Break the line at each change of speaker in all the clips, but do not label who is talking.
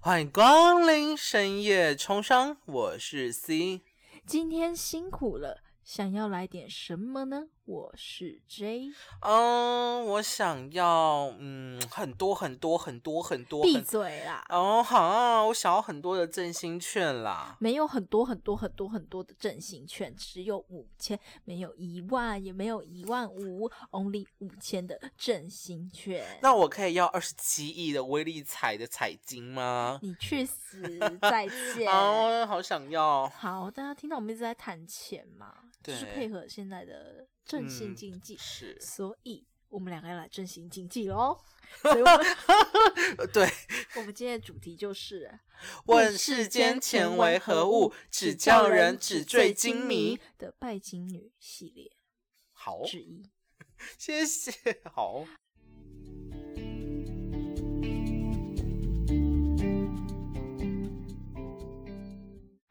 欢迎光临深夜冲商，我是 C。
今天辛苦了，想要来点什么呢？我是 J，
嗯，我想要嗯很多很多很多很多
闭
很
嘴啦！
哦好，我想要很多的振兴券啦。
没有很多很多很多很多的振兴券，只有五千，没有一万，也没有一万五，only 五千的振兴券。
那我可以要二十七亿的威力彩的彩金吗？
你去死！再见。
啊， 好想要。
好，大家听到我们一直在谈钱嘛，就是
对
配合现在的振兴
嗯
经济，
是，
所以我们两个要来振兴经济 喽。所以我们
呃对，
我们今天的主题就是
问世间钱为何物，只叫人纸醉金迷。
的拜金女系列
好，
之一。
谢谢，好。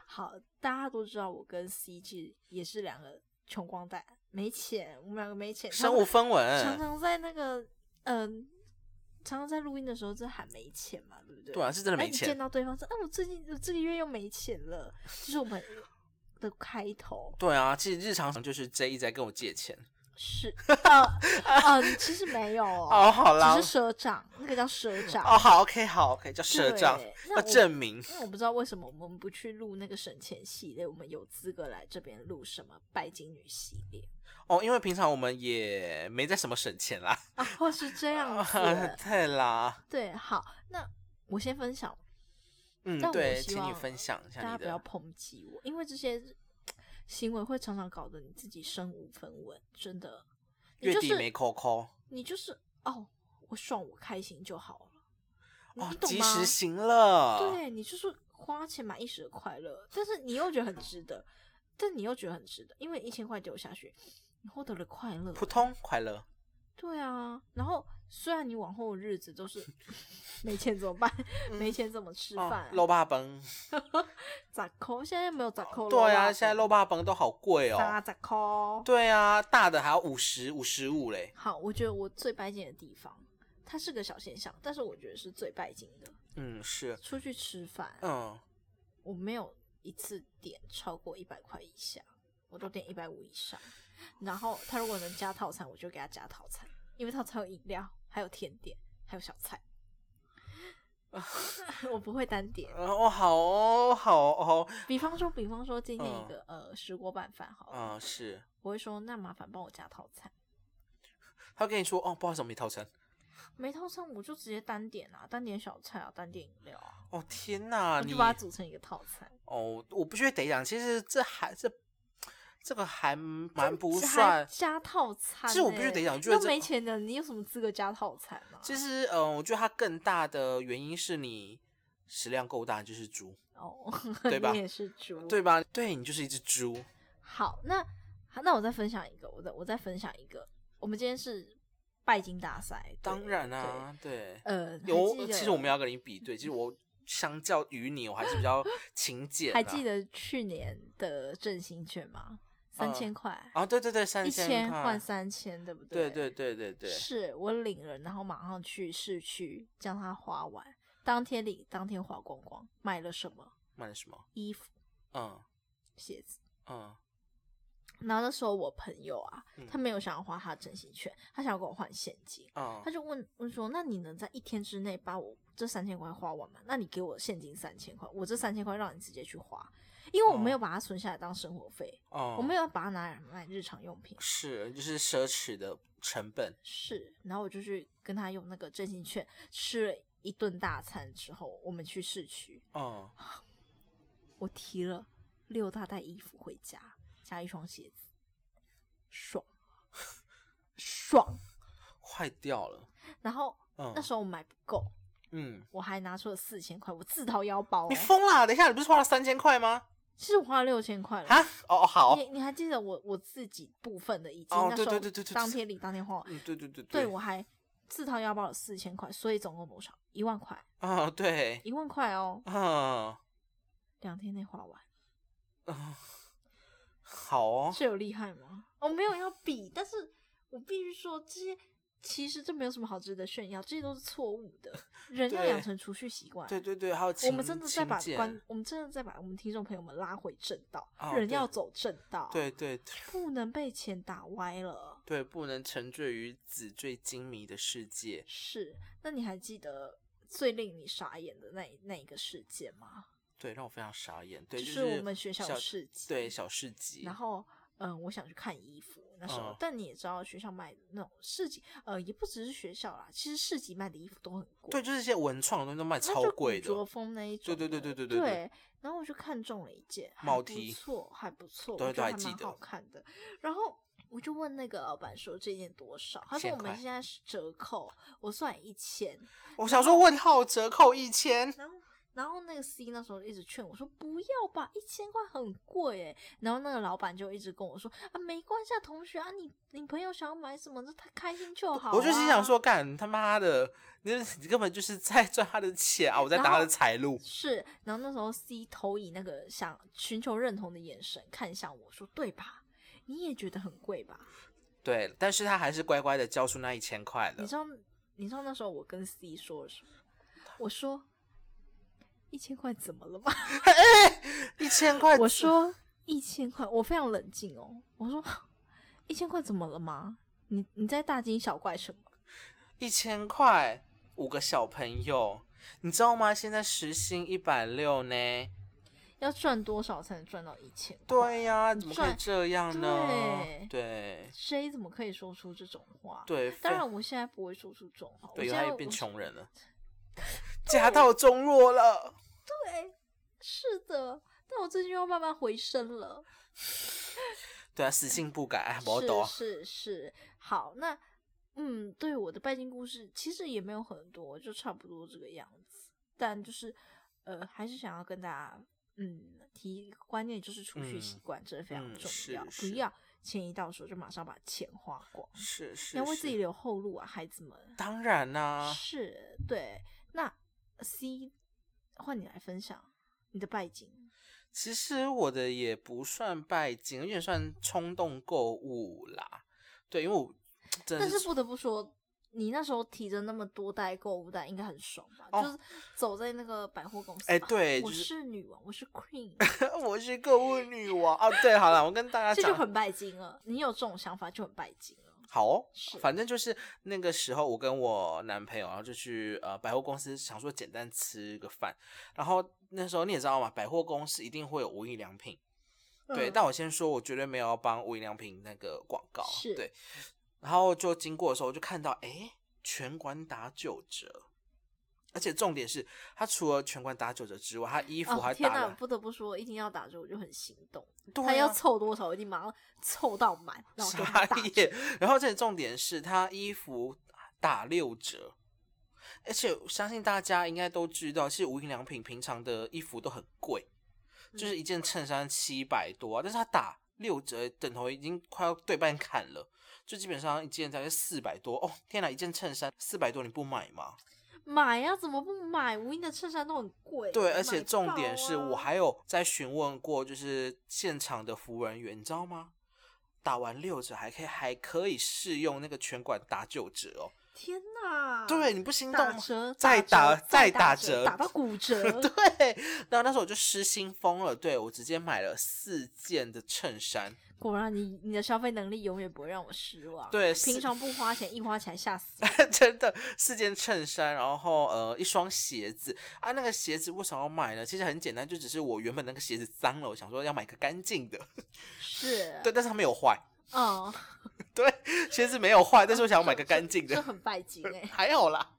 好，大家都知道我跟 CG 也是两个穷光蛋，没钱，我们两个没钱，
身无分
常
文，
常在那个嗯、常常在录音的时候就喊没钱嘛，对不对？
对啊，是真的
哎
没
你见
钱。
到对方说：“哎、我最近我这个月又没钱了。”就是我们的开头
对啊，其实日常就是 J 一直在跟我借钱。
是 呃嗯，其实没有
哦，
哦，
好啦
只，是社长，那个叫社长
哦，好，OK，好，OK，叫
对
社长，要
那我
证明。
因为我不知道为什么我们不去录那个省钱系列，我们有资格来这边录什么拜金女系列
哦，因为平常我们也没在什么省钱啦。
啊，或是 这样子。
对啦，
对，好，那我先分享，
嗯
但，我
对，
希
请你
望
分享一下
大家
你
不要
的。
抨击我，因为这些行为会常常搞得你自己身无分文，真的。你
月
就
底
是
没扣扣
你就是哦，我爽我开心就好了，你
哦
你，懂
及
吗？
时行乐。，
对你就是花钱买一时的快乐，但是你又觉得很值得，但你又觉得很值得，因为一千块丢下去，你获得了快乐。
普通快乐。
对啊，然后虽然你往后的日子都是没钱怎么办？没钱怎么吃
哦
饭？
肉霸崩，
咋抠？现在没有咋抠了啦。
对啊，现在肉霸崩都好贵
咋
哦。
咋抠？
对啊，大的还要五十五十五嘞。
好，我觉得我最拜金的地方，它是个小现象，但是我觉得是最拜金的。
嗯，是，
出去吃饭，
嗯，
我没有一次点超过一百块以下，我都点一百五以上。然后他如果能加套餐，我就给他加套餐，因为套餐有饮料，还有甜点，还有小菜。
啊
我不会单点。
哦，好哦，好哦，
比方说，比方说今天
啊
一个、呃石锅拌饭好了，
嗯，是。
我会说那麻烦帮我加套餐。
他跟你说，哦，不好意思，我没套餐。
没套餐我就直接单点啊，单点小菜啊，单点饮料啊，
哦，天哪，
我
你
就把它组成一个套餐。
哦，我必须得讲，其实这还这这个还蛮不
这还
算。
加套餐、欸，
其实我必须得 讲我觉得
又
这
没钱的，你有什么资格加套餐啊？
其实，嗯、我觉得它更大的原因是你食量够大，就是猪，
哦，
对吧
你也是猪。
对，吧？对你就是一只猪。
好，那好那我再分享一个，我再我再分享一个。我们今天是拜金大赛，
当
对
然啊，对
对。呃，还
有，
记得
其实我们要跟你比对，其实 我相较于你，我还是比较勤俭、啊。
还记？得去年的振兴券吗？三千块，
啊，对对对，三
一千
块
换。三千，对不
对
对
对对对对，
是我领了，然后马上去市区将它花完，当天领，当天花光光。买了什么？
买了什么？
衣服、
嗯
鞋子。
嗯，
然后那时候我朋友啊
嗯，
他没有想要花他的振兴券，他想要跟我换现金。
嗯
他就问问说：“那你能在一天之内把我这三千块花完吗？那你给我现金三千块，我这三千块让你直接去花，因为我没有把它存下来当生活费，
哦，
我没有把它拿来买日常用品。
是，就是奢侈的成本。
是，然后我就去跟他用那个振兴券吃了一顿大餐之后，我们去市区，
嗯，
我提了六大袋衣服回家，加一双鞋子， 爽爽。
坏掉了。
然后、
嗯
那时候我买不够，
嗯，
我还拿出了四千块，我自掏腰包、哦
你。疯啦！等一下，你不是花了三千块吗？
其实我花了六千块了。
啊，哦，好，
你你还记得我我自己部分的已经、
哦
那时候
对对对对对
当天领当天花，
嗯，对对对
对我还自掏腰包了四千块，所以总共多少？一万块，
啊，对，
一万块哦，
嗯，
两天内花完，
好哦，哦
哦这有厉害吗？我、没有要比，但是我必须说这些其实这没有什么好值得炫耀，这些都是错误 的。人要
对
养成储蓄习惯。
对对对，还有勤
我们真的在把
勤俭
观，我们真的在把我们听众朋友们拉回正道，
哦
人
对
要走正道，，
对对
不能被钱打歪了。
对，不能沉醉于纸醉金迷的世界。
是，那你还记得最令你傻眼的那一那一个事件吗？
对，让我非常傻眼。对，
就
就是
我们学校
小
市集
对小市集，
然后，嗯，我想去看衣服，那时候，
嗯
但你也知道，学校卖的那种市集，呃，也不只是学校啦，其实市集卖的衣服都很贵，
对，就是一些文创的东西都卖
它
超
就
贵
古着
的，
风那一种
对对
的，
对对对
对
对对
然后我就看中了一件，还
帽
不
提
错，还不错，
对
我觉
对
得
还
还
记
蛮
得
好看的。然后我就问那个老板说这件多少，他说
1000
我们
块
现在是折扣，我算一千。
我想说问号折扣一千，
然后然后那个 C 那时候一直劝我说不要吧，一千块很贵哎。然后那个老板就一直跟我说啊，没关系啊，同学啊，你你朋友想要买什么，就他开心就好、啊。
我就心想说，干他妈的，你你根本就是在赚他的钱啊，我在
然
打他
后
的财路。
是。然后那时候 C 投以那个想寻求认同的眼神看向我说，对吧？你也觉得很贵吧？
对，但是他还是乖乖的交出那一千块
你
了。
知道你知道那时候我跟 C 说了什么？我说一千块怎么了吗？
一千块，
我说一千块，我非常冷静哦。我说一千块怎么了吗？你你在大惊小怪什么？
一千块，五个小朋友，你知道吗？现在时薪一百六呢。
要赚多少才能赚到一千块？
对呀、怎么可以
赚
这样呢？
对
对
谁怎么可以说出这种话？，
对，非
当然我现在不会说出这种话。我
对，
现
他
在
又
我
变
是
穷 人了，家道中落了。
对，是的。但我最近又慢慢回升了。
对啊，死性不改，哎，毛
是
抖。
是是，好，那嗯，对我的拜金故事其实也没有很多，就差不多这个样子。但就是呃，还是想要跟大家嗯提一个观念，就是储蓄习
嗯
惯真的非常
嗯
重
是
要，
是
不要钱一到手就马上把钱花光，
是是，
你要为自己
是啊
留后路啊，孩子们。
当然啦、
是，对。那 C 换你来分享你的拜金，
其实我的也不算拜金，有点算冲动购物啦。对，因为我真的
但
是
是不得不说，你那时候提着那么多袋购物袋，应该很爽吧？
哦
就是走在那个百货公司吧，
哎对
我
就是
是女王，我是 queen，
我是购物女王哦。对，好了，我跟大家
这就
讲，
很拜金了。你有这种想法就很拜金了。
好、哦
是，
反正就是那个时候，我跟我男朋友，然后就去呃百货公司，想说简单吃个饭。然后那时候你也知道嘛，百货公司一定会有无印良品，对。
嗯
但我先说，我绝对没有要帮无印良品那个广告，
是
对。然后就经过的时候，我就看到诶，全馆打九折，而且重点是，它除了全馆打九折之外，它衣服
哦
还
天
打了，
不得不说，一听要打折我就很心动。
对、啊，
他要凑多少，我一定马上凑到满，然后给他
傻
打折。
眼。然后这里重点是他衣服打六折，而且我相信大家应该都知道，其实无印良品平常的衣服都很贵，就是一件衬衫七百多、啊，但是他打六折，等头已经快要对半砍了。就基本上一件才四百多哦，天哪！一件衬衫四百多，你不买吗？
买呀、怎么不买？无印的衬衫都很贵。
对，而且
买
重
爆
点是我
啊
还有在询问过，就是现场的服务人员，你知道吗？打完六折还可以还可以试用那个全馆打九折哦。
天哪，
对，你不心动
打
吗？
啊折，
再
打
打再
打
打折
打到骨折。
对，然后那时候我就失心疯了，对我直接买了四件的衬衫，
果然你，你的消费能力永远不会让我失望。
对
平
是
常不花钱，一花钱 吓死我。
真的四件衬衫，然后呃一双鞋子啊，那个鞋子为什么要买呢？其实很简单，就只是我原本那个鞋子脏了，我想说要买个干净的，
是，
对，但是它没有坏，
嗯，
鞋子没有坏，但是我想要买个干净
这
的，
很 拜金哎、
还好啦。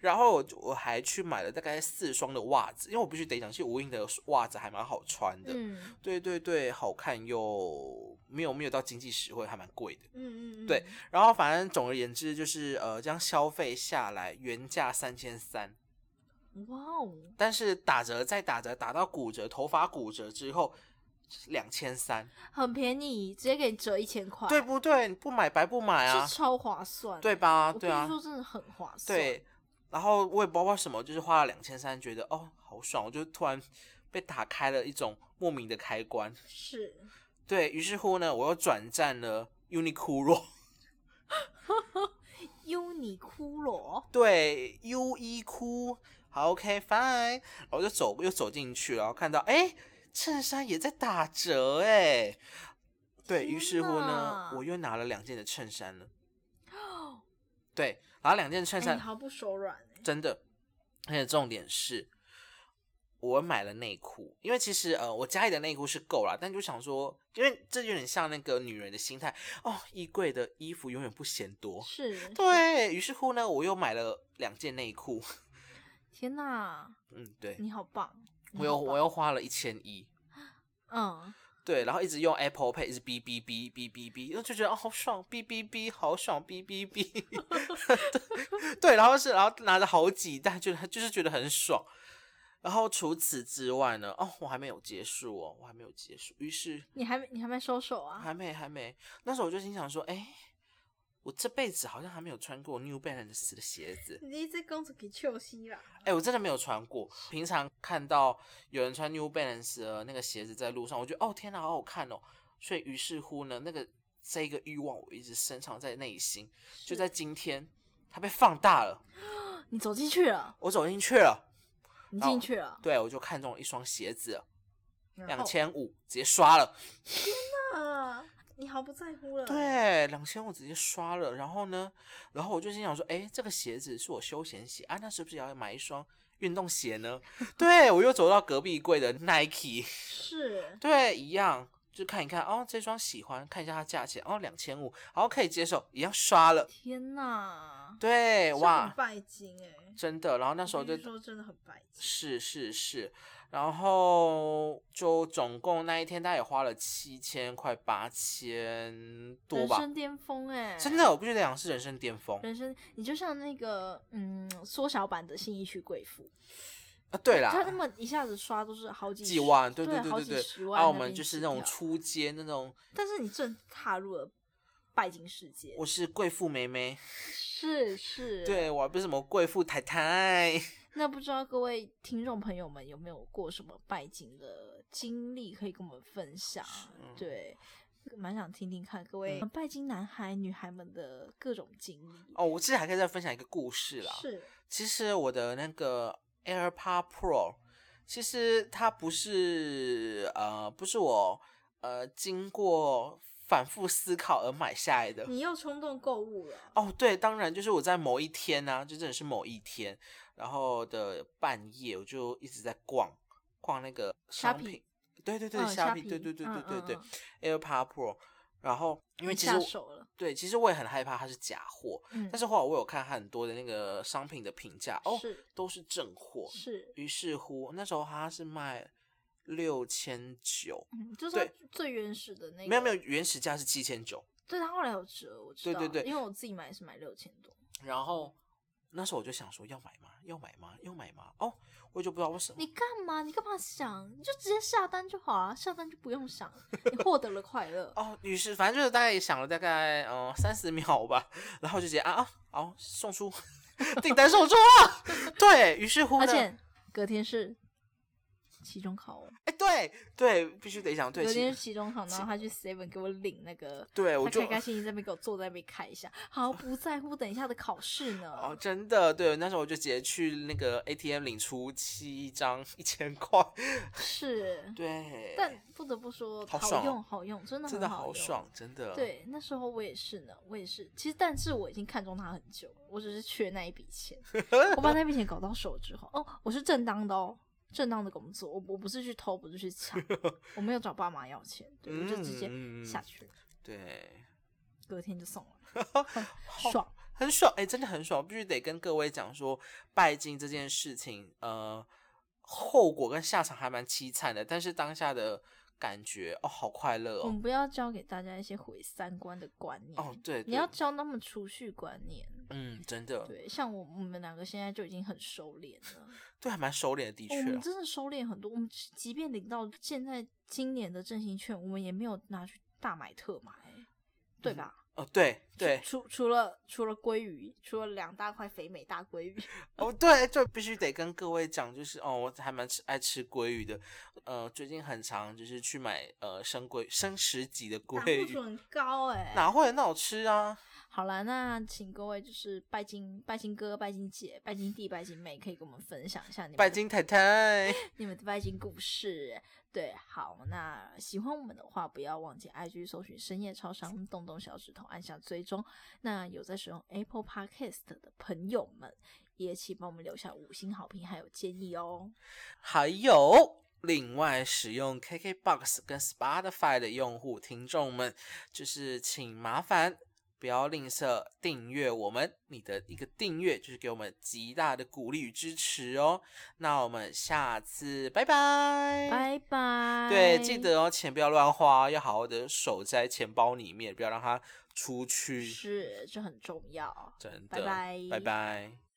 然后我就我还去买了大概四双的袜子，因为我必须得讲，其实无印的袜子还蛮好穿的，
嗯
对对对，好看又没有没有到经济实惠，还蛮贵的。
嗯嗯嗯，
对，然后反正总而言之就是呃，这样消费下来原价三千三，
哇哦，
但是打折再打折，打到骨折，头发骨折之后两千三，
很便宜，直接给你折一千块，
对不对？你不买白不买啊
啊是，超划算，
对？吧？
我必
对
须
啊，
说真的很划算，
对。然后我也不知道为什么，就是花了两千三，觉得哦好爽，我就突然被打开了一种莫名的开关。
是
对于是乎呢，我又转战了 Uniqlo。
u n 你哭了，
对优衣库，好 OK fine，然后就走又走进去，然后看到哎衬衫也在打折哎，对于
天
是乎呢
哪，
我又拿了两件的衬衫 了，对，拿两件衬
哎，
衫，
你毫不手软哎，
真的。而且重点是，我买了内裤，因为其实呃，我家里的内裤是够了，但就想说，因为这有点像那个女人的心态哦，衣柜的衣服永远不嫌多。
是，
对于是乎呢，我又买了两件内裤。
天哪，
嗯，对，
你好棒，你
我又
好棒
我又花了一千一。
嗯，
对，然后一直用 Apple Pay，一直哔哔哔哔哔哔，然后就觉得哦好爽，哔哔哔，好爽，哔哔 哔。对，然后是然后拿着好几袋，觉得就是觉得很爽。然后除此之外呢，哦，我还没有结束哦，我还没有结束。于是
你还没你还没收手啊？
还没还没，那时候我就心想说，哎，我这辈子好像还没有穿过 New Balance 的鞋子，
你一直公主给秋西啦，
哎，我真的没有穿过。平常看到有人穿 New Balance 的那个鞋子在路上，我觉得哦天哪，好好看哦。所以于是乎呢，那个这一个欲望我一直深藏在内心，就是在今天它被放大了。
你走进去了，
我走进去了，
你
哦
进去了，
对我就看中了一双鞋子了，
然
两
后
千五直接刷了，
啊，你毫不在乎了，，
对，两千五直接刷了。然后呢，然后我就心想说，哎，这个鞋子是我休闲鞋啊，那是不是也要买一双运动鞋呢？ 对我又走到隔壁柜的 Nike。
是，
对，一样，就看一看哦，这双喜欢，看一下它价钱，哦，两千五，好，可以接受，一样刷了。
天哪，
对，
这
哇
很，拜金哎，
真的。然后那时候
我
就
必须说真的很拜金，
是是是，然后就总共那一天，大概也花了七千快八千多
人
吧，
生巅峰哎，
真的，我必须得讲是人生巅峰
人生，你就像那个嗯缩小版的信义区贵妇，
啊。对啦，
他那么一下子刷都是好几
几
十
万，对
对
对
好
对
几
对
十
对，
万
啊，我
那
们
边
就是
起
那种
跳
出街那种，
但是你正踏入了拜金世界，
我是贵妇妹妹，
是是，，
对我还不是什么贵妇太太。
那不知道各位听众朋友们有没有过什么拜金的经历可以跟我们分享啊？
是嗯
对，蛮想听听看各位、拜金男孩、女孩们的各种经历。
哦，我其实还可以再分享一个故事啦。
是，
其实我的那个 AirPod Pro，其实它不是呃不是我呃经过反复思考而买下来的。
你又冲动购物了，
哦，对，当然就是我在某一天呢、就真的是某一天，然后的半夜我就一直在逛逛那个
虾
商
皮
品，对对对，
嗯
虾
虾
皮，
皮
对对对
嗯
对对对、
嗯
AirPod Pro，然后因为
你
其实
下
我
手了，
对，其实我也很害怕它是假货，
嗯，
但是后来我有看很多的那个商品的评价，哦，
是
都是正货。
是，
于是乎，那时候它是卖六千九，
嗯，就是
对
它最原始的那个，
没有没有，，原始价是七千九。
对，它后来有折，我知
对
道，
对对
因为我自己买是买六千多，
然后那时候我就想说，要买吗？要买吗？要买吗？哦，我就不知道为什么
你。干嘛？你干嘛想？你就直接下单就好啊，下单就不用想，你获得了快乐。
哦，于是反正就是大概想了大概嗯三十秒吧，然后就直接啊啊，好、哦、送出订单送出了。 对于是乎
而
呢，哎
且隔天是期中考哦，
哎对对，必须得讲对，
隔
其
天
实
是期中考，然
期
后他去 Seven 给我领那个，
对
他
我就
开开心心在那边给我坐在那边看一下，毫不在乎等一下的考试
哦，
呢。
真的，对，那时候我就直接去那个 ATM 领出七张一千块，
是，
对，
但不得不说，
好
好
爽哦
用，好用，真的
真
很
的
好
好
用
爽，。真的，，
对，那时候我也是呢，我也是。其实，但是我已经看中它很久了，我只是缺那一 笔钱。我把那笔钱搞到手之后，哦，我是正当的哦，正当的工作，我我不是去偷，不是 去抢，我没有找爸妈要钱，对，我就直接
嗯
下去了，
对，
隔天就 送了，爽。
很爽，哎、真的很爽，必须得跟各位讲说，拜金这件事情，呃，后果跟下场还蛮凄惨的，但是当下的感觉，哦，好快乐
我
哦，
们不要教给大家一些毁三观的观念，
哦，对，
你要
对
教他们储蓄观念。
嗯，真的，对，
对，像我我们两个现在就已经很收敛了。哦
还蛮收敛的，的
我
确
们
啊，
真的收敛很多。我们即即便领到现在今年的振兴券，我们也没有拿去大买特买，对吧？
哦，对 对，
除除了除了鲑鱼，除了两大块肥美大鲑鱼，
哦，对，就必须得跟各位讲，就是哦，我还蛮吃爱吃鲑鱼的，呃，最近很常就是去买呃生鲑生食级的
胆
鲑
固
鱼，
醇高哎、
哪会很好吃啊？
好啦，那请各位就是拜金、拜金哥、拜金姐、拜金弟、拜金妹，可以跟我们分享一下你们
拜
的
金太太，
你们的拜金故事。对，好，那喜欢我们的话，不要忘记 IG 搜寻深夜超商，动动小指头按下追踪。那有在使用 Apple Podcast 的朋友们，也请帮我们留下五星好评还有建议哦。
还有另外使用 KKBox 跟 Spotify 的用户听众们，就是请麻烦不要吝啬订阅我们，你的一个订阅就是给我们极大的鼓励与支持哦。那我们下次拜拜。
拜拜。
哎对，记得哦，钱不要乱花，要好好的守在钱包里面，不要让它出去。
是，这很重要。
真的，
拜拜
拜拜。